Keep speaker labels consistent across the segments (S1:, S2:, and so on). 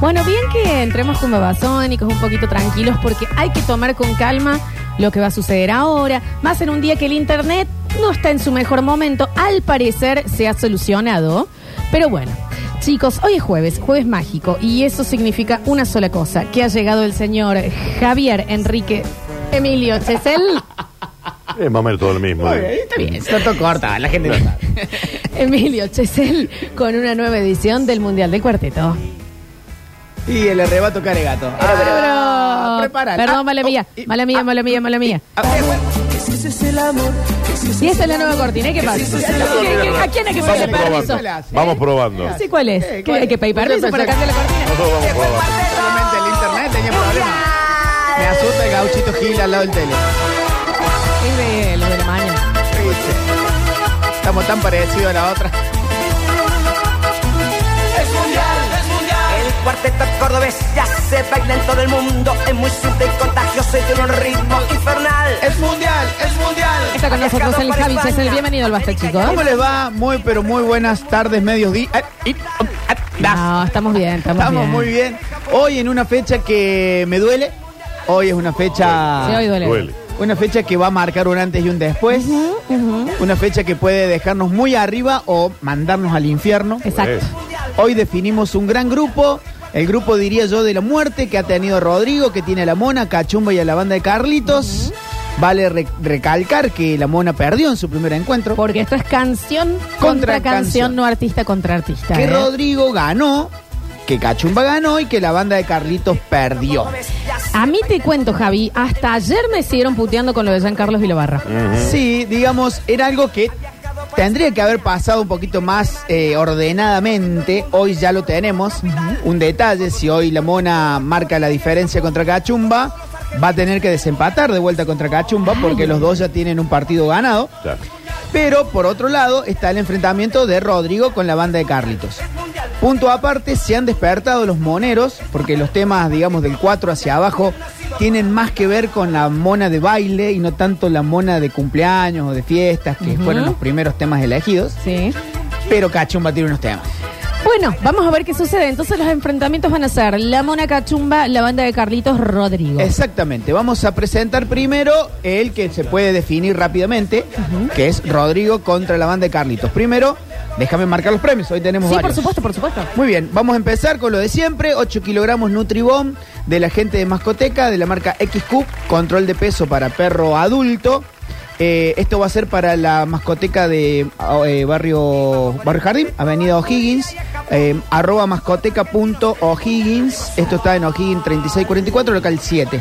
S1: Bueno, bien que entremos como basónicos, un poquito tranquilos, porque hay que tomar con calma lo que va a suceder ahora. Más en un día que el Internet no está en su mejor momento. Al parecer se ha solucionado. Pero bueno, chicos, hoy es jueves, jueves mágico. Y eso significa una sola cosa, que ha llegado el señor Javier Enrique Emilio Chesel.
S2: Es más o menos todo lo mismo.
S3: Muy bien,
S2: eh.
S3: está bien, está todo corta, la gente no sabe.
S1: Emilio Chesel con una nueva edición del Mundial del Cuarteto.
S3: Y el arrebato caregato.
S1: Pero, pero, pero.
S3: Ah, prepárala.
S1: Perdón,
S3: Ah,
S1: mala
S3: oh,
S1: mía,
S3: y-
S1: mala mía, mala mía, mala mía.
S3: ah, eh, bueno,
S1: Y esa es la nueva cortina, ¿eh? ¿qué pasa? ¿Qué- qué- ¿A quién hay que pedirle
S2: Vamos
S1: permiso?
S2: probando.
S3: ¿Cuál hace?
S2: Vamos probando.
S1: No sé cuál es.
S3: Eh,
S1: ¿Qué,
S3: ¿cuál
S1: ¿Hay que pedir
S3: es?
S1: permiso
S3: Usted
S1: para
S3: pensó-
S1: cambiar la cortina?
S2: Nosotros vamos probando.
S3: Solamente el internet tenía problemas. Me asusta el gauchito Gil al lado del tele.
S1: Es de lo de la mañana.
S3: Viste. Estamos tan parecidos a la otra.
S4: El cuarteto cordobés ya se baila en todo el mundo. Es muy simple y contagioso y tiene un ritmo infernal.
S3: Es mundial, es mundial.
S1: Está con nosotros el Javi Chesel. Bienvenido al Basta, chicos.
S3: ¿Cómo les va? Muy, pero muy buenas tardes, medios días.
S1: No, estamos bien, estamos,
S3: Estamos
S1: bien.
S3: muy bien. Hoy en una fecha que me duele. Hoy es una fecha.
S1: Sí, hoy duele.
S2: Duele.
S3: Una fecha que va a marcar un antes y un después. Una fecha que puede dejarnos muy arriba o mandarnos al infierno.
S1: Exacto.
S3: Hoy definimos un gran grupo. El grupo, diría yo, de la muerte que ha tenido Rodrigo, que tiene a la Mona, Cachumba y a la banda de Carlitos. Vale re- recalcar que la Mona perdió en su primer encuentro.
S1: Porque esto es canción contra,
S3: Contra
S1: canción,
S3: canción.
S1: no artista contra artista.
S3: que
S1: ¿eh?
S3: Rodrigo ganó, que Cachumba ganó y que la banda de Carlitos perdió.
S1: A mí te cuento, Javi, hasta ayer me siguieron puteando con lo de Jean Carlos Vilabarra.
S3: Sí, digamos, era algo que tendría que haber pasado un poquito más eh, ordenadamente. Hoy ya lo tenemos. Un detalle, si hoy la mona marca la diferencia contra Cachumba, va a tener que desempatar de vuelta contra Cachumba porque los dos ya tienen un partido ganado.
S2: Ya.
S3: Pero por otro lado está el enfrentamiento de Rodrigo con la banda de Carlitos. Punto aparte, se han despertado los moneros, porque los temas, digamos, del 4 hacia abajo tienen más que ver con la mona de baile y no tanto la mona de cumpleaños o de fiestas, que
S1: Ujú.
S3: fueron los primeros temas elegidos.
S1: Sí.
S3: Pero Cachumba tiene unos temas.
S1: Bueno, vamos a ver qué sucede. Entonces los enfrentamientos van a ser La Mona Cachumba, la banda de Carlitos Rodrigo.
S3: Exactamente, vamos a presentar primero el que se puede definir rápidamente, que es Rodrigo contra la banda de Carlitos. Primero, déjame marcar los premios, hoy tenemos
S1: sí, por
S3: varios.
S1: supuesto, por supuesto.
S3: Muy bien, vamos a empezar con lo de siempre, 8 kilogramos Nutribom de la gente de Mascoteca, de la marca XQ, control de peso para perro adulto. Eh, esto va a ser para la mascoteca de ah, eh, barrio, barrio Jardín, Avenida O'Higgins, eh, arroba mascoteca.o'higgins. Esto está en O'Higgins 3644, local 7.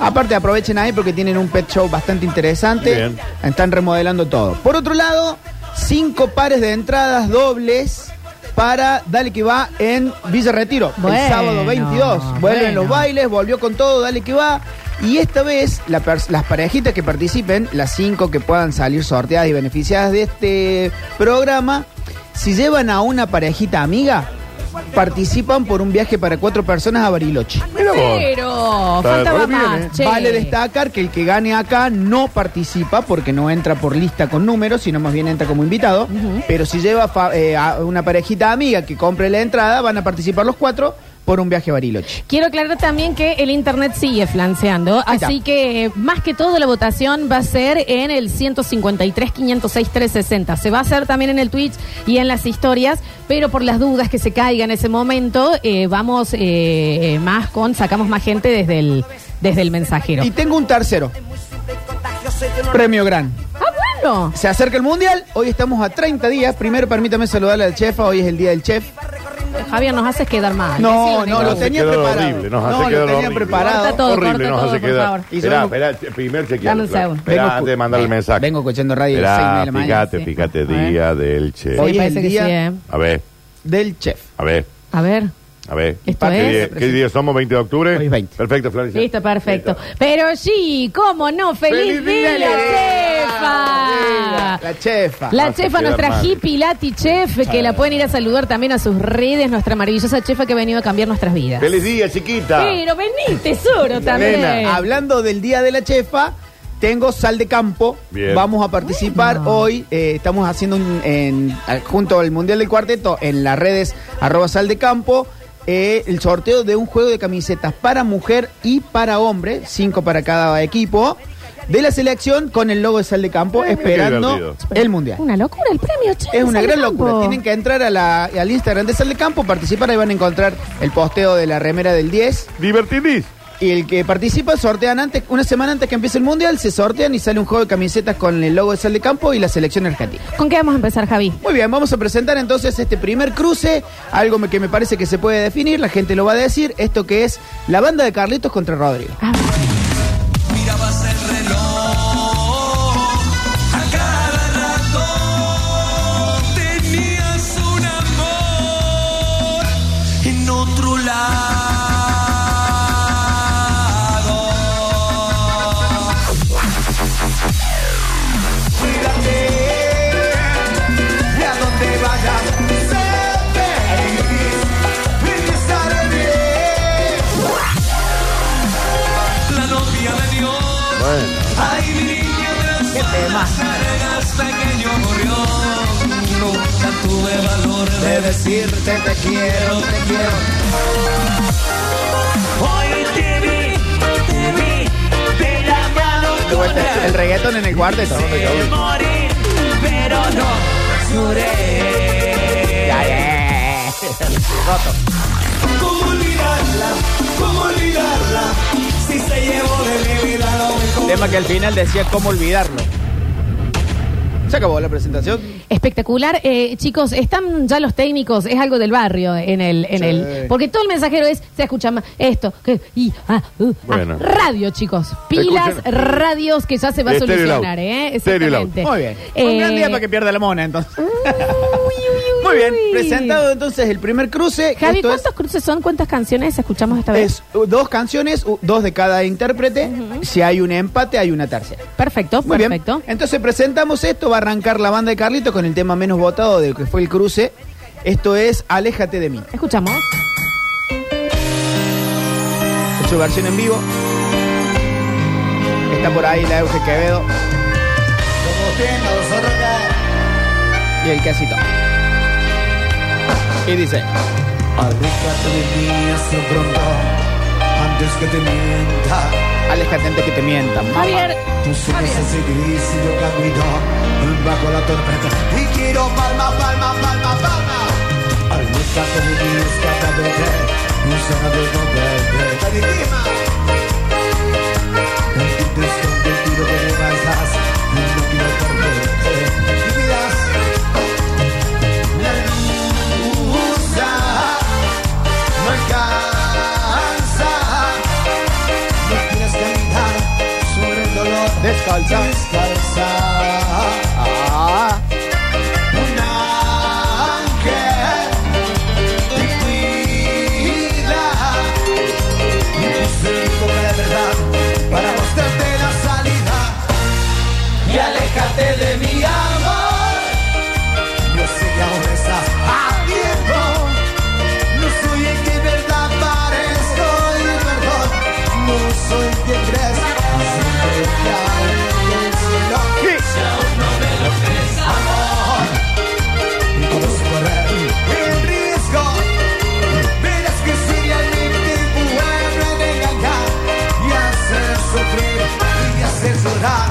S3: Aparte aprovechen ahí porque tienen un pet show bastante interesante.
S2: Bien.
S3: Están remodelando todo. Por otro lado, cinco pares de entradas dobles para Dale que va en Villa Retiro.
S1: Bueno,
S3: el sábado 22. Vuelven
S1: bueno.
S3: los bailes, volvió con todo, Dale que va. Y esta vez la pers- las parejitas que participen, las cinco que puedan salir sorteadas y beneficiadas de este programa, si llevan a una parejita amiga, participan por un viaje para cuatro personas a Bariloche.
S2: Mira vos.
S1: Pero
S2: Está
S1: faltaba
S2: re bien,
S1: más.
S2: ¿eh?
S1: che.
S3: Vale destacar que el que gane acá no participa porque no entra por lista con números, sino más bien entra como invitado. Pero si lleva fa- eh, a una parejita amiga que compre la entrada, van a participar los cuatro por un viaje a Bariloche.
S1: Quiero aclarar también que el internet sigue flanceando,
S3: Ahí está.
S1: así que eh, más que todo la votación va a ser en el 153 506 360. Se va a hacer también en el Twitch y en las historias, pero por las dudas que se caiga en ese momento, eh, vamos eh, eh, más con sacamos más gente desde el desde el mensajero.
S3: Y tengo un tercero, premio gran.
S1: Ah, bueno.
S3: Se acerca el Mundial, hoy estamos a 30 días. Primero permítame saludar al chef, hoy es el día del chef.
S1: Javier, nos haces quedar mal.
S3: No,
S1: Decilo,
S3: no,
S1: Nico.
S3: lo
S2: hace
S3: tenía
S2: quedar
S3: preparado.
S2: horrible, nos hace quedar
S3: no, lo tenía
S2: horrible.
S1: Corta
S3: preparado.
S1: todo,
S2: Horrible,
S1: corta
S2: nos
S1: todo,
S2: hace
S1: por
S2: quedar.
S1: favor.
S3: Y
S2: Esperá,
S3: somos-
S2: esperá, che, primer chequeado.
S1: Dame un
S2: Flor.
S1: segundo.
S2: Esperá,
S3: Vengo
S2: antes de
S3: escu-
S2: mandar el
S3: Vengo-
S2: mensaje.
S3: vengo escuchando radio a las
S2: Esperá,
S3: seis de la mañana,
S2: Fíjate,
S1: sí.
S2: fíjate,
S1: A ver.
S2: día del che.
S1: Sí,
S3: Hoy es
S1: parece
S3: el
S1: que
S3: día-
S1: sí, ¿eh?
S2: A ver,
S3: Del chef.
S2: a ver,
S1: A ver.
S2: a ver.
S1: Esto
S2: ¿Qué,
S1: es.
S2: día, qué día somos? ¿20 de octubre?
S3: Hoy es 20.
S2: Perfecto, Florencia.
S1: Listo, perfecto. Pero sí, cómo no, feliz,
S2: ¡Feliz
S1: día,
S2: día,
S1: chefa.
S3: La chefa.
S1: La
S2: No se
S1: chefa,
S2: queda
S1: nuestra
S2: mal.
S1: hippie Lati Chef, que la pueden ir a saludar también a sus redes, nuestra maravillosa chefa que ha venido a cambiar nuestras vidas.
S2: ¡Feliz día, chiquita!
S1: Pero vení, tesoro también.
S2: Nena,
S3: Hablando del Día de la Chefa, tengo sal de campo.
S2: Bien.
S3: Vamos a participar
S1: Bueno.
S3: hoy. eh, estamos haciendo un- en- al- junto al Mundial del Cuarteto en las redes arroba sal de campo. eh, el sorteo de un juego de camisetas para mujer y para hombre, cinco para cada equipo, de la selección con el logo de Sal de Campo,
S2: Ay, mira qué
S3: esperando
S2: divertido.
S3: el Mundial.
S1: Una locura el premio, che,
S3: Es una
S1: sale
S3: gran
S1: campo.
S3: locura. Tienen que entrar a la- al Instagram de Sal de Campo, participar, ahí van a encontrar el posteo de la remera del 10.
S2: Divertidís.
S3: Y el que participa sortean antes, una semana antes que empiece el mundial, se sortean y sale un juego de camisetas con el logo de Sal de Campo y la selección argentina.
S1: ¿Con qué vamos a empezar, Javi?
S3: Muy bien, vamos a presentar entonces este primer cruce, algo me- que me parece que se puede definir, la gente lo va a decir, esto que es la banda de Carlitos contra Rodrigo.
S1: A ver.
S5: Mirabas el reloj, a cada rato tenías un amor en otro lado.
S4: Cuídate, y a donde vayas, sé feliz y te sale bien.
S5: La novia de Dios,
S2: Bueno.
S5: ay mi niña de las arenas, pequeño gorrión. Nunca tuve valor
S4: De decirte te quiero, te quiero.
S5: Hoy te vi, te vi, de la mano
S3: De vuelta, El reggaetón en el cuarteto.
S5: de morir, pero no lloré. ¿Cómo olvidarla? ¿Cómo olvidarla? Si se llevó de mi vida lo mejor.
S3: Tema que al final decía cómo olvidarlo. Se acabó la presentación.
S1: Espectacular. Eh, chicos, están ya los técnicos, es algo del barrio en el, en
S3: Sí.
S1: el. Porque todo el mensajero es, se escucha más esto, que, y, ah, uh, ah.
S2: Bueno.
S1: radio, chicos. Pilas,
S2: Escuchen.
S1: radios que ya se va a
S2: Estéreo Loud.
S1: solucionar, ¿eh?
S2: Estéreo Loud.
S1: Exactamente.
S3: Muy bien.
S1: Eh,
S3: Un gran día para que pierda la mona entonces.
S1: uy,
S3: Muy bien,
S1: uy.
S3: presentado entonces el primer cruce.
S1: Javi,
S3: Esto es-
S1: ¿cuántos cruces son? ¿Cuántas canciones escuchamos esta vez?
S3: Es uh, dos canciones, u- dos de cada intérprete. Si hay un empate, hay una tercera.
S1: Perfecto,
S3: Muy
S1: perfecto.
S3: bien. Entonces presentamos esto. Va a arrancar la banda de Carlito con el tema menos votado de que fue el cruce. Esto es Aléjate de mí.
S1: Escuchamos.
S3: En su versión en vivo. Está por ahí la Euge Quevedo
S4: Como tenga los órganos.
S3: y el quesito. Y dice.
S4: Aléjate de mí hace pronto, antes que te mienta.
S3: Aléjate antes que te mientan. mamá".
S1: Javier,
S4: Tú sigues así gris y yo camino bajo la tormenta Y quiero palma, palma, palma, palma Al buscarte mi vida cada vez No sabes dónde verte Entiendes que un tiro que me lanzas Y no quiero perderte Y miras La luz No alcanza no quieres caminar sobre el dolor.
S3: Descalza.
S4: Descalza.
S3: Ah,
S4: Un ángel te cuida. Y tu ser como la verdad para mostrarte la salida. Y aléjate de mi amor. Yo sé que aún estás a tiempo. No soy el que verdad parezco y perdón. No soy el que crees. Siempre te haré el cielo. Vamos a correr el riesgo. Verás que sería libre bueno de engañar y hacer sufrir y hacer llorar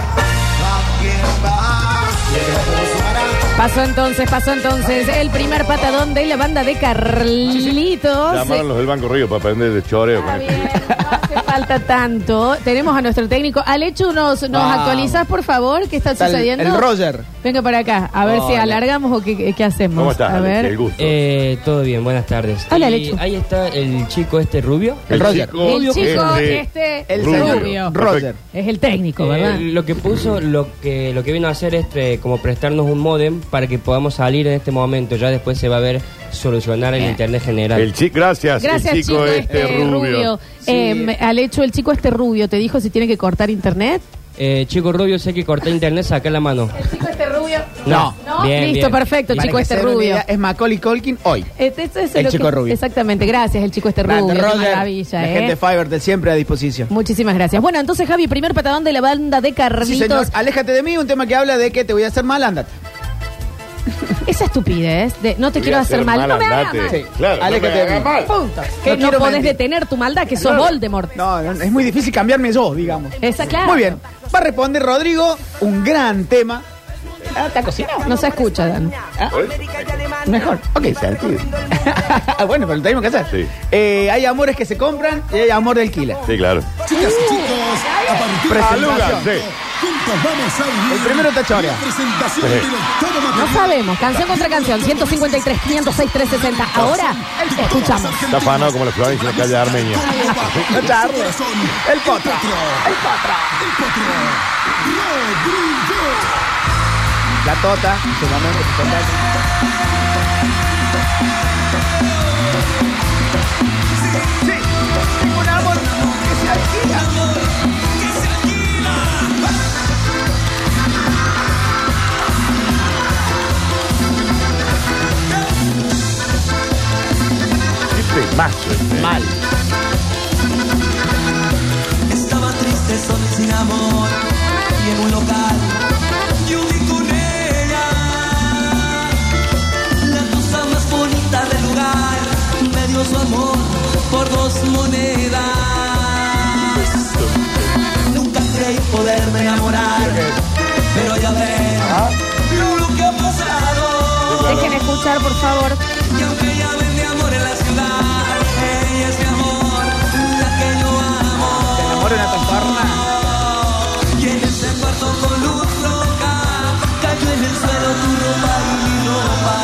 S4: a quien más lejos hará.
S1: pasó entonces, pasó entonces el primer patadón de la banda de Carlitos.
S2: Llamaron los del Banco Río para aprender de choreo.
S1: Está bien, no hace falta tanto. Tenemos a nuestro técnico. Alechu, ¿nos, nos
S3: Vamos.
S1: actualizas, por favor, qué está
S3: Está el-
S1: sucediendo?
S3: el Roger.
S1: Venga para acá, a ver si
S6: Hola.
S1: alargamos o qué, qué hacemos.
S2: ¿Cómo estás?
S1: A
S2: Alex?
S1: ver.
S2: El gusto.
S6: Eh, todo bien, buenas tardes.
S1: Hola,
S6: Y
S1: Alechu.
S6: Ahí está el chico este rubio.
S3: el Roger.
S2: chico
S1: El chico
S2: este-
S1: este,
S3: El
S2: Rubio.
S1: rubio.
S3: Roger.
S1: Es el técnico,
S6: Eh,
S1: ¿verdad?
S6: lo que puso, lo que lo que vino a hacer es eh, como prestarnos un modem para que podamos salir en este momento. Ya después se va a ver solucionar el internet general.
S2: El chico, gracias.
S1: Gracias,
S2: el chico, este, rubio.
S1: Eh, Alechu, el chico este rubio, ¿te dijo si tiene que cortar internet?
S6: Eh, chico rubio, sé que corté internet, saca la mano.
S1: El chico este rubio.
S6: No.
S1: ¿No?
S6: Bien,
S1: Listo,
S6: bien.
S1: perfecto,
S3: Para
S1: chico
S3: que
S1: este
S3: se den una
S1: rubio.
S3: idea, Es Macaulay Colkin hoy.
S1: Este- este es
S3: El
S1: lo
S3: chico rubio.
S1: Exactamente, gracias, el chico este
S3: Grande
S1: rubio. qué
S3: Roger.
S1: maravilla,
S3: la
S1: ¿eh?
S3: gente de Fiverr de siempre a disposición.
S1: Muchísimas gracias. Bueno, entonces Javi, primer patadón de la banda de
S3: Sí, señor.
S1: Carlitos.
S3: Aléjate de mí, un tema que habla de que te voy a hacer mal, andate.
S1: Esa estupidez de no te
S2: Voy
S1: quiero
S2: a
S1: hacer
S2: hacer
S1: mal,
S2: mal,
S1: no me hagas
S2: andate.
S1: mal.
S2: Sí. Claro, no
S3: Aléjate
S2: me
S3: de
S2: haga
S3: mí.
S2: mal.
S1: Punto. Que
S3: No
S1: no,
S3: quiero
S1: podés
S3: mentir.
S1: detener tu maldad, que sos Voldemort.
S3: No, no, es muy difícil cambiarme yo, digamos.
S1: Esa, claro.
S3: Muy bien. Va a responder Rodrigo, un gran tema. Ah, está cocinado. Ah.
S1: No se escucha, Dan.
S3: Mejor. Ok. bueno, pero lo tenemos que hacer.
S2: Sí.
S3: Eh, hay amores que se compran y hay amor de alquiler.
S2: Sí, claro.
S7: Chicas y chicos, a partir de
S3: Presentación.
S2: Aluga, sí.
S7: juntos vamos a
S3: El primero está Chorea.
S7: presentación
S2: Sí.
S7: del octavo
S1: No
S7: material.
S1: sabemos. Canción contra canción. 153, 506, 360. Ahora escuchamos.
S2: Está afanado como la Florencia en la calle Armenia.
S3: No charla. El potra. El potra. La tota. su mamá, su papá.
S2: Qué temazo este.
S3: Mal.
S5: Estaba triste, solo y sin amor. Y en un local yo vi con ella la cosa más bonita del lugar. Me dio su amor por dos monedas. Nunca creí poderme enamorar, pero ya veo lo que ha pasado.
S1: Dejen escuchar, por favor.
S5: Y aunque ya vende amor en la ciudad, ella es mi amor, la que yo amo.
S3: El amor en la Tota. panfarra.
S5: Y en ese cuarto con luz roja cayó en el suelo tu ropa y mi ropa.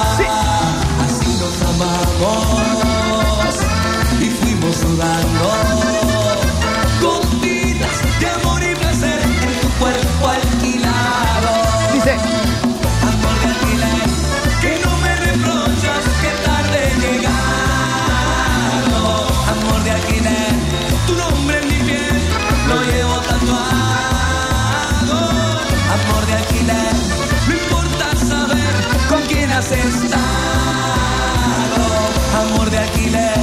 S5: Así nos amamos y fuimos sudando. Gotitas de amor y placer en tu cuerpo alquilado.
S3: Dice,
S5: Amor de alquiler, que no me reprochas que tarde he llegado. Amor de alquiler, tu nombre en mi piel lo llevo tatuado. Amor de alquiler, no importa saber con quién has estado. Amor de alquiler,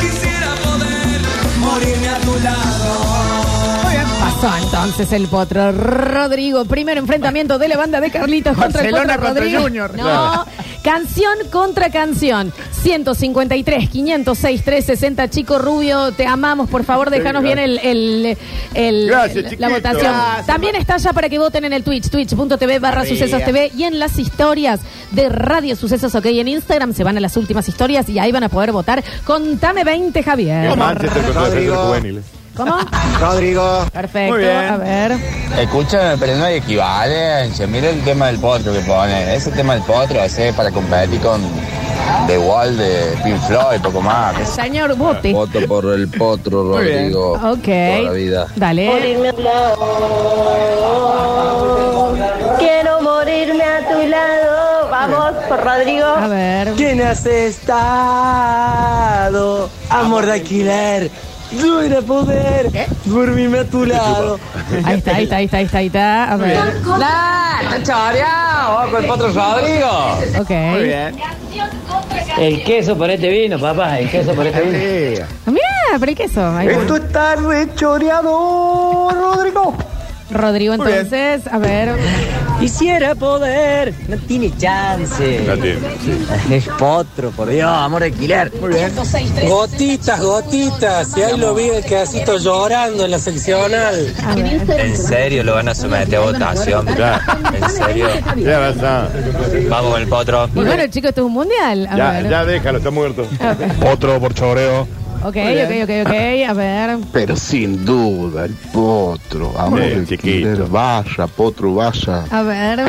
S5: quisiera poder morirme a tu lado.
S3: muy bien.
S1: Pasó entonces el potro Rodrigo. Primer enfrentamiento de la banda de Carlitos contra el potro
S3: Barcelona contra
S1: Rodrigo.
S3: Junior.
S1: No. Canción contra canción. 153, 506, 360. Chico Rubio, te amamos. Por favor, déjanos bien el, el- el-
S2: Gracias,
S1: el-
S2: chiquito.
S1: la votación.
S3: Gracias.
S1: También está ya para que voten en el Twitch, twitch.tv barra
S3: Arriba.
S1: sucesos TV y en las historias de Radio Sucesos OK en Instagram. Se van a las últimas historias y ahí van a poder votar. Contame 20, Javier.
S2: El Manchester este contra el Centro Juvenil.
S1: ¿Cómo?
S8: Rodrigo.
S1: Perfecto.
S3: Muy bien.
S1: A ver.
S8: Escúchame, pero no hay equivalencia. Mira el tema del potro que pone. Ese tema del potro hace para competir con The Wall de Pink Floyd, poco más. ¿Qué sé
S1: Señor, vote.
S8: Voto por el potro,
S3: Muy bien.
S8: Rodrigo.
S1: Ok.
S8: Toda la vida.
S1: Dale.
S9: Quiero morirme a tu lado. Vamos, Rodrigo.
S1: A ver.
S10: ¿Quién has estado? Amor de alquiler. Duele poder dormirme a tu lado.
S1: Ahí está, ahí está, ahí está, ahí está, ahí está. A ver. Ok.
S3: Muy
S2: ¿Eh?
S3: bien.
S10: El queso para este vino, papá. El queso para este vino.
S1: Mira, pero ¿y qué eso? Ahí está.
S10: Esto está rechoreado, Rodrigo.
S1: Rodrigo, entonces, a ver.
S10: Quisiera poder. No tiene
S2: La
S10: chance.
S2: tiene.
S10: Es potro, por Dios, amor de alquiler.
S5: Gotitas, gotitas, y ahí lo vi el quedacito llorando en la seccional.
S1: A ver.
S8: ¿En serio lo van a someter a votación?
S2: Ya.
S8: ¿En serio?
S2: Ya basta.
S8: Vamos con el potro.
S1: Y bueno, chicos, esto es un mundial. A
S2: Ya,
S1: ver.
S2: ya déjalo, está muerto.
S1: Ah.
S11: Otro por choreo.
S1: Ok, ok, ok, ok. A ver.
S11: Pero sin duda, el potro. Amor,
S2: Bien,
S11: el
S2: chiquito.
S11: Kinder, vaya, potro, vaya.
S1: A ver.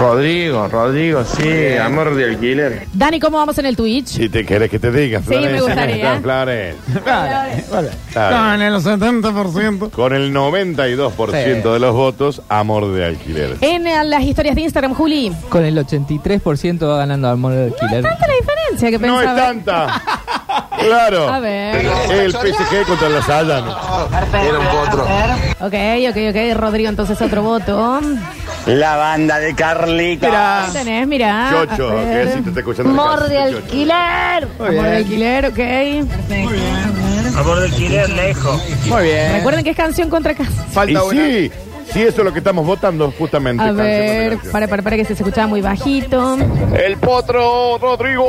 S11: Rodrigo, Rodrigo, sí, amor de alquiler.
S1: Dani, ¿cómo vamos en el Twitch?
S2: Si te quieres que te diga,
S1: Sí, me
S2: Florencia.
S1: gustaría.
S2: Está Florencia.
S3: Vale, vale.
S2: Está bien.
S11: el 70%.
S2: Con el 92%
S3: Sí.
S2: de los votos, amor de alquiler.
S1: En eh, las historias de Instagram, Juli.
S10: Con el 83% va ganando amor de alquiler.
S1: Tanta la diferencia que
S2: No
S1: pensaba.
S2: es tanta. Claro.
S1: A ver.
S2: El PSG contra la Sallana.
S8: Era un potro.
S1: Ok, ok, ok. Rodrigo, entonces otro voto.
S8: La banda de Carlitos.
S1: Ahí tenés, mirá.
S2: Ah. Chocho,
S1: A
S2: que
S1: ver.
S2: si te está escuchando. en la
S9: Amor
S2: casa,
S9: de
S2: Chocho.
S9: alquiler.
S3: Muy
S1: Amor de
S3: bien.
S1: alquiler, ok.
S3: Muy bien.
S1: Recuerden que es canción contra canción.
S3: Falta
S2: Y
S3: una.
S2: sí, Sí, eso es lo que estamos votando, justamente.
S1: A
S2: canción de
S1: ver,
S2: canción.
S1: para, para, para que se escuchaba muy bajito.
S2: El potro Rodrigo.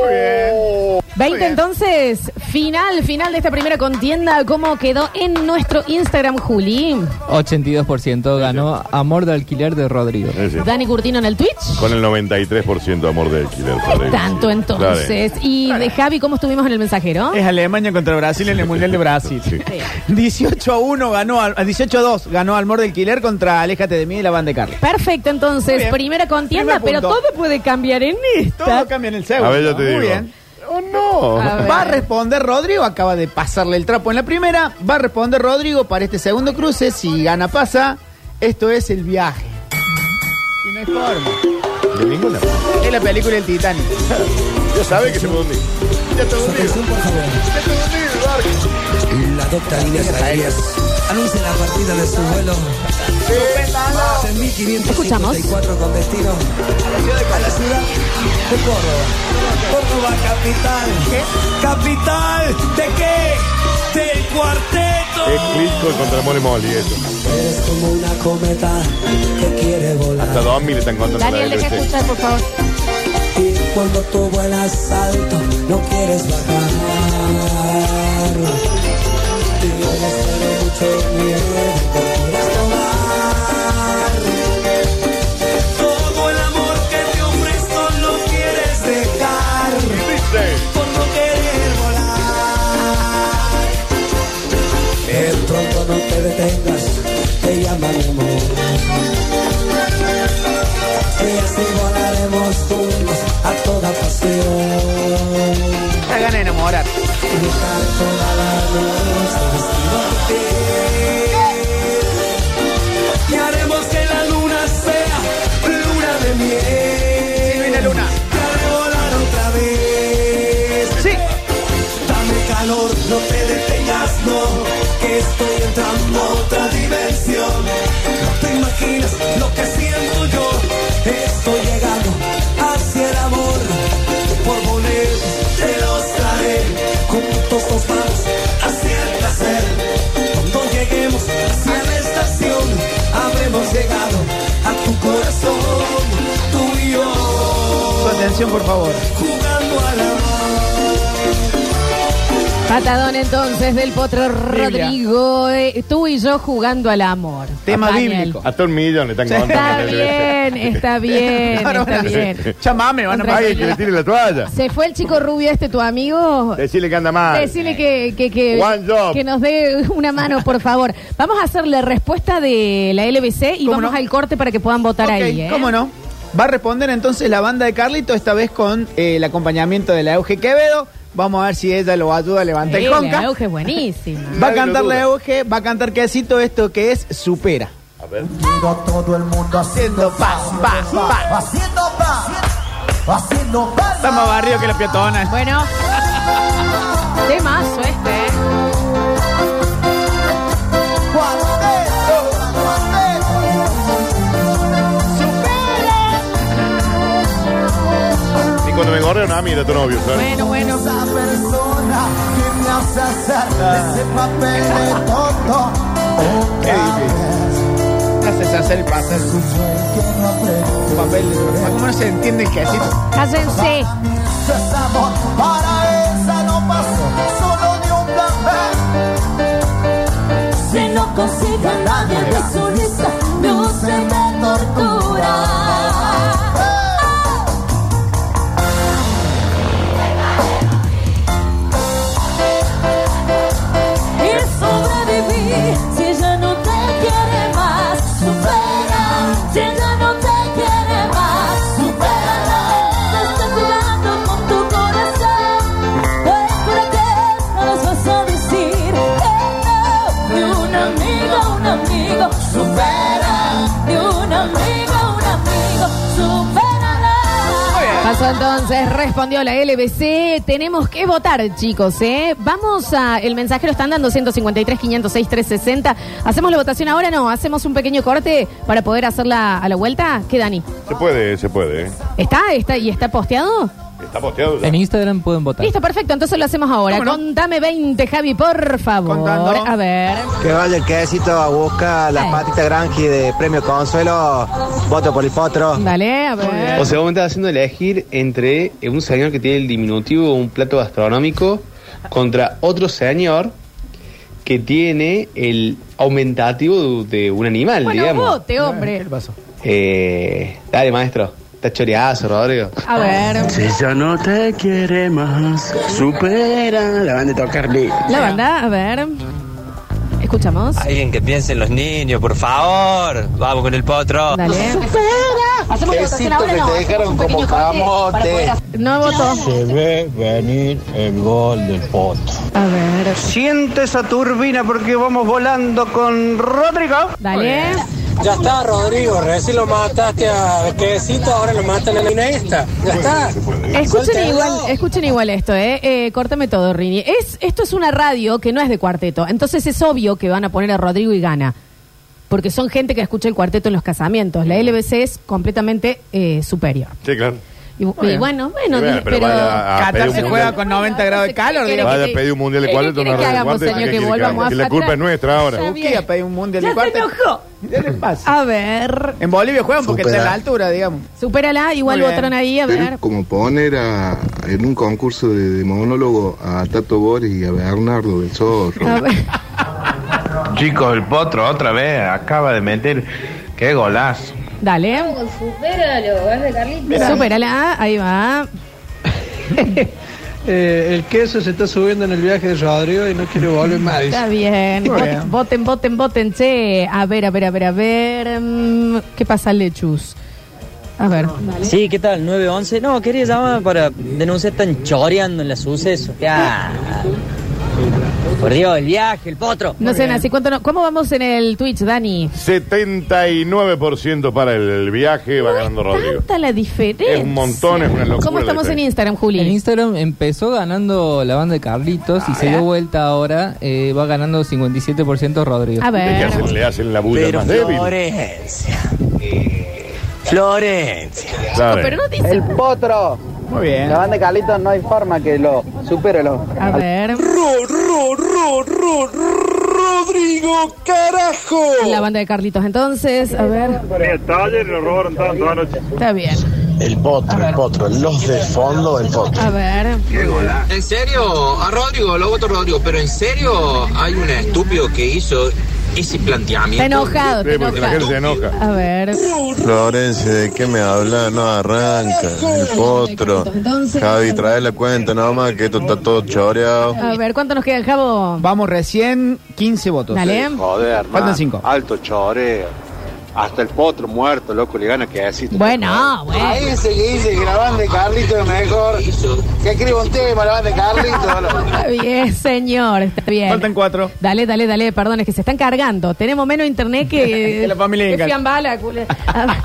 S1: 20 entonces, final, final de esta primera contienda, ¿cómo quedó en nuestro Instagram, Juli?
S12: 82% ganó Amor de Alquiler de Rodrigo.
S1: Dani Curtino en el Twitch.
S2: Con el 93% amor de alquiler. Rodrigo.
S1: Tanto entonces. Y de Javi, ¿cómo estuvimos en el mensajero?
S3: Es Alemania contra Brasil en el Mundial de Brasil. 18 a 1 ganó, al- 18 a 2 ganó Almor del Quiler contra Aléjate de mí y la banda de Carlos.
S1: Perfecto, entonces, primera contienda,
S3: Primer
S1: pero
S3: punto.
S1: todo puede cambiar en esta.
S3: Todo cambia en el segundo.
S2: A ver, ya te
S3: Muy
S2: digo. Oh,
S3: bien.
S1: A ver.
S3: Va a responder Rodrigo, acaba de pasarle el trapo en la primera. Va a responder Rodrigo para este segundo cruce. Si gana, pasa. Esto es el viaje. Y no hay forma.
S2: De ninguna.
S3: Es la película El Titanic.
S2: Ya sabe que se puede hundir. Ya está hundido. Ya está hundido el barco.
S5: La docta Inés Alegrías anuncia la partida de su vuelo. En 1554 con destino a la ciudad de Córdoba. Córdoba capital. ¿Capital de qué? Del cuarteto.
S2: Es Klitschko contra Mole Molly, eso.
S5: Eres como una cometa que quiere volar.
S2: Hasta 2000 están contando.
S5: Daniel,
S2: la
S5: deja
S2: BBC.
S5: escuchar.
S1: Por favor.
S5: Y cuando tú vuelas alto, no quieres bajar. Tienes pero mucho miedo, no quieres tomar. Todo el amor que te ofrezco lo quieres dejar. Por no querer volar. De pronto no te detengas, te llama mi amor. Y así volaremos juntos a toda pasión.
S3: La gana de enamorar.
S5: Dejar toda la noche vestido de ti. Y haremos que la luna sea luna de miel. Sí, viene luna. Te haré volar otra vez. Sí. Dame calor, no te detengas, no. Que estoy entrando a otra dimensión. No te imaginas lo que siento yo. Estoy llegando hacia el amor. Por boletos te los traeré. Juntos nos vamos hacia el placer. Cuando lleguemos hacia la estación, habremos llegado a tu corazón. Tú y yo,
S3: Su atención, por favor.
S5: jugando al
S1: Patadón entonces del potro
S3: Biblia.
S1: Rodrigo, eh, tú y yo jugando al amor.
S3: Tema
S1: Daniel.
S3: bíblico.
S2: Hasta un millón le están
S3: Sí.
S1: Está
S2: contando. la
S1: bien,
S2: BBC.
S1: está bien, está bien.
S3: Chamame, van a
S1: Contra-
S2: Alguien que le tire la toalla.
S1: ¿Se fue el chico rubio este tu amigo?
S2: Decirle que anda mal.
S1: Decirle que, que, que,
S2: One job.
S1: que nos dé una mano, por favor. Vamos a hacer la respuesta de la LBC y
S3: ¿Cómo
S1: vamos
S3: no?
S1: al corte para que puedan votar
S3: Ok,
S1: ahí. ¿eh?
S3: ¿Cómo no? Va a responder entonces la banda de Carlito, esta vez con eh, el acompañamiento de la Euge Quevedo. Vamos a ver si ella lo ayuda a
S1: Sí,
S3: levantar el
S1: la
S3: conca.
S1: Euge es buenísima.
S3: Va a
S1: Nadie
S3: cantar
S1: lo
S3: la
S1: duda.
S3: Euge, va a cantar quesito esto que es supera.
S2: A ver.
S4: Miro a todo el mundo haciendo paz, paz, paz. Haciendo paz, haciendo paz.
S3: Está más barrio que la piatona.
S1: Bueno. Temazo este, ¿eh?
S2: Y cuando me engorde, no, mira tu novio. ¿sabes?
S1: Bueno, bueno.
S4: Esa persona que me hace hacer ese papel de tonto.
S3: Qué difícil. Haces hacer el papel. Papel de- ¿Cómo no se entiende el quesito?
S1: Cásense.
S4: Eso es amor, para esa no pasó, solo de un plan B. Si no consigo a nadie de su lista, no se me tortura.
S13: Y sobrevivir si ella no te quiere más. Supera, si ella no te quiere más. Supera, te está jugando con tu corazón. Ay, ¿Para qué no nos vas a decir? que no? De un amigo, un amigo, supera. De un amigo, un amigo, supera.
S1: Pasó entonces, respondió la LBC. Tenemos que votar, chicos, ¿eh? Vamos a. El mensajero está andando 153, 506, 360. ¿Hacemos la votación ahora? No, hacemos un pequeño corte para poder hacerla a la vuelta. ¿Qué, Dani?
S2: Se puede, se puede. ¿eh?
S1: ¿Está? ¿Está? ¿Y está posteado?
S2: Está posteado ya.
S6: En Instagram pueden votar.
S1: Listo, perfecto. Entonces lo hacemos ahora. Contame 20, Javi, por favor.
S3: Contando.
S1: A ver.
S14: Que vaya el quesito a buscar la patita Granji de Premio Consuelo. Voto por el potro.
S1: Dale, a ver.
S4: O sea, vos me estás haciendo elegir entre un señor que tiene el diminutivo de un plato gastronómico contra otro señor que tiene el aumentativo de de un animal,
S1: Bueno,
S4: digamos.
S1: vote, hombre.
S4: Eh, dale, maestro. Está choreazo, Rodrigo.
S1: A ver.
S4: Si ya no te quiere más, supera. La van de tocar
S1: La banda, a ver. Escuchamos.
S15: Alguien que piense en los niños, por favor. Vamos con el potro.
S1: Dale.
S15: Hacemos votación ahora, no, hacemos un pequeño corte para poder hacer-
S1: No votó.
S16: Se ve venir el gol del Potro.
S1: A ver.
S17: Siente esa turbina porque vamos volando con Rodrigo.
S1: Dale.
S17: Ya está, Rodrigo. Recién lo mataste a Quesito, ahora lo matan a la Iniesta. Ya está.
S1: Escuchen igual, escuchen igual esto, ¿eh? Eh, Córtame todo, Rini. Es, esto es una radio que no es de cuarteto. Entonces es obvio que van a poner a Rodrigo y Gana. Porque son gente que escucha el cuarteto en los casamientos. La LBC es completamente eh, superior.
S2: Sí, claro.
S1: Y, bu- y bueno, bueno,
S2: Y bueno,
S1: di-
S2: pero
S1: pero.
S18: Ah,
S2: vaya a- a
S3: Qatar
S2: pedir
S3: se
S2: un
S3: juega
S2: mundial.
S3: con 90 grados de calor.
S1: ¿Qué
S3: digo.
S2: Vaya a pedir un mundial de
S1: ¿Qué
S2: cuarto,
S1: quiere
S2: una
S1: que
S2: radio de
S1: hagamos,
S2: cuarto,
S1: señor,
S2: ¿qué
S1: que
S2: quiere
S1: volvamos
S2: hagamos?
S1: a
S2: Y la culpa
S1: Qatar?
S2: es nuestra ahora.
S1: Ya.
S3: ¿Qué iba a pedir un mundial
S1: Ya
S3: de
S1: se
S3: cuarto?
S1: enojó. Ah.
S3: ¿Qué le pasa?
S1: A ver.
S3: En Bolivia juegan porque está en la altura, digamos.
S1: Supérala, igual
S3: Muy bien.
S1: votaron ahí, a ver.
S19: Como poner a, en un concurso de, de monólogo a Tato Bores y a Bernardo del Zorro.
S1: A ver.
S20: Chicos, el potro otra vez acaba de meter. ¡Qué golazo!
S1: Dale.
S13: Superalo, vas de Carlitos.
S1: Superala, ahí va.
S17: Eh, el queso se está subiendo en el viaje de Rodrigo y no quiere volver más.
S1: Está bien.
S17: Muy
S1: Vot-
S17: bien.
S1: Voten, voten, voten, che. A ver, a ver, a ver, a ver. mm, ¿Qué pasa, Lechus? A ver.
S21: Sí, ¿qué tal? 911. No, quería llamar para denunciar tan choreando en los sucesos. Ya. Por Dios, el viaje, el potro.
S1: No sé, así cuánto no. ¿Cómo vamos en el Twitch, Dani?
S2: 79% para el, el viaje, va ganando Rodrigo.
S1: Tanta la diferencia.
S2: Es un montón, es una locura
S1: ¿Cómo
S2: la
S1: estamos en
S2: diferencia.
S1: Instagram, Juli?
S6: En Instagram empezó ganando la banda de Carlitos y se dio vuelta ahora. eh, va ganando 57% Rodrigo.
S1: A ver.
S2: Le hacen, le hacen la bulla
S6: Pero
S2: más débil.
S21: Florencia.
S2: Florencia.
S1: Pero
S2: eh.
S1: no dice.
S18: El potro.
S3: Muy bien.
S18: La banda de Carlitos no hay forma que lo supérelo.
S1: A ver.
S18: Ro, ro, ro, ro, Rodrigo, carajo.
S1: La banda de Carlitos, entonces. A ver.
S5: Taller lo robaron tanto anoche.
S1: Está bien.
S5: El potro, el potro, los de fondo, el potro.
S1: A ver.
S22: En serio, a Rodrigo, lo voto a Rodrigo, pero en serio hay un estúpido que hizo ese planteamiento.
S1: Está enojado, está
S5: Sí, porque la
S1: enojado.
S5: gente se enoja.
S1: A ver.
S5: Florencia, ¿de qué me habla? No arranca. El potro. Javi, trae la cuenta nomás, que esto está todo choreado.
S1: A ver, ¿cuánto nos queda, Javo?
S3: Vamos recién 15 votos.
S1: Dale.
S23: Joder,
S3: Faltan
S23: hermano.
S3: 5.
S23: Alto choreo. Hasta el potro muerto, loco, le gana que así.
S1: Bueno, ah, bueno.
S23: Ahí ese que dice que la banda de Carlito es mejor. Que escriba un tema, la banda de
S1: Está
S23: Carlito.
S1: bien, señor, está bien.
S23: Faltan
S3: cuatro.
S1: Dale, dale, dale, perdón, es que se están cargando. Tenemos menos internet que.
S3: Que la familia
S1: que
S3: en casa.
S1: Fiambala, cule- A ver,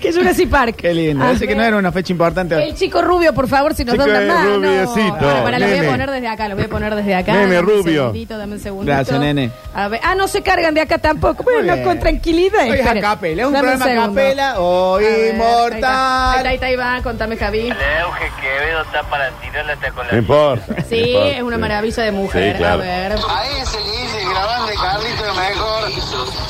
S1: Que Jurassic Park.
S3: Qué lindo.
S1: A
S3: Parece que
S1: ver.
S3: no era una fecha importante.
S1: Ah. El chico rubio, por favor, si nos
S3: Chico
S1: da una
S3: de
S1: mano.
S3: rubiecito,
S1: Bueno, para, lo voy a
S3: nene.
S1: poner desde acá, lo voy a poner desde acá.
S3: Nene
S1: Dame un
S3: rubio.
S1: segundito, dame un segundito.
S3: Gracias, nene.
S1: A ver. Ah, no se cargan de acá tampoco. Bueno,
S3: bien.
S1: con tranquilidad.
S3: Hoy es
S1: esperen.
S3: a capela, es un
S1: Dame
S3: programa a
S1: segundo.
S3: capela. Oh,
S1: A ver,
S3: inmortal.
S1: Ahí está, ahí está, ahí va, contame, Javi.
S15: Quevedo está para tirarle hasta con
S2: No importa. no
S1: Sí,
S2: importa,
S1: es una
S2: sí.
S1: maravilla de mujer.
S2: Sí, claro.
S1: A ver.
S23: Ahí ese que dice que la banda de Carlito es mejor.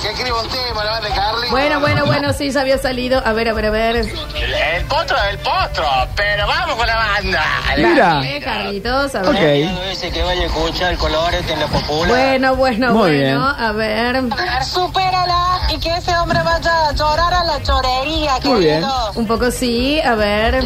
S23: Que escriba un tema, la banda de Carlito.
S1: Bueno, bueno, bueno, sí, ya había salido. A ver, a ver, a ver.
S23: El potro es el potro, pero vamos con la banda.
S1: Eh, Carlitos, a ver.
S23: Ese que vaya a escuchar el color en la popular.
S1: Bueno, bueno,
S23: Muy
S1: bueno.
S23: bien.
S1: A ver.
S13: Superala y que ese hombre vaya a llorar a la chorería,
S1: Un poco sí, a ver.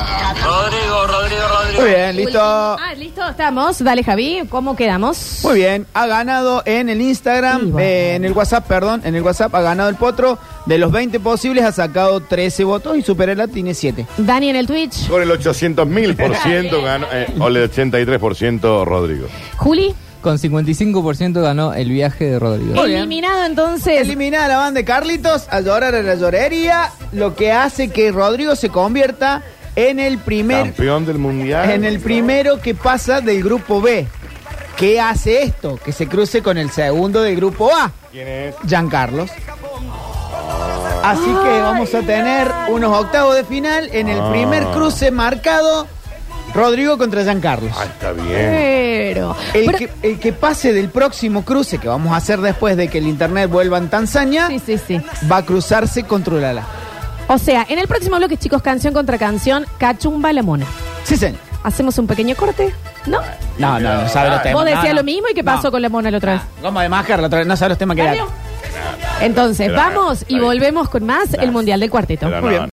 S15: Rodrigo, Rodrigo, Rodrigo.
S3: Muy bien, listo.
S1: Ah, listo, estamos. Dale, Javi, ¿cómo quedamos?
S3: Muy bien, ha ganado en el Instagram, eh, en el WhatsApp, perdón, en el WhatsApp ha ganado el Potro. De los 20 posibles ha sacado 13 votos y Superela tiene 7.
S1: Dani en el Twitch.
S2: Con el 800 mil por ciento ganó, eh, o el 83% Rodrigo.
S1: Juli.
S6: Con 55% ganó el viaje de Rodrigo.
S1: Eliminado entonces.
S3: Eliminada la banda de Carlitos a llorar a la llorería, lo que hace que Rodrigo se convierta en el primer
S2: Campeón del mundial.
S3: en el primero que pasa del grupo B. ¿Qué hace esto? Que se cruce con el segundo del grupo A,
S2: ¿Quién es?
S3: Giancarlos. Así que vamos a tener unos octavos de final en el
S2: Ah.
S3: primer cruce marcado. Rodrigo contra Giancarlos. Carlos.
S2: Está
S1: Pero.
S3: El, que, el que pase del próximo cruce que vamos a hacer después de que el internet vuelva en Tanzania, va a cruzarse contra Ulala.
S1: O sea, en el próximo bloque, chicos, canción contra canción, cachumba la mona.
S3: Sí, señor.
S1: Hacemos un pequeño corte, ¿no?
S3: No, no, no sabe los temas.
S1: Vos
S3: No,
S1: decías
S3: no.
S1: lo mismo y qué pasó
S3: No.
S1: con la mona la otra vez.
S3: Goma de máscara, la otra vez, no sabe los temas que hay.
S1: Entonces,
S3: Claro,
S1: vamos y volvemos con más el Mundial del Cuarteto.
S3: Muy bien.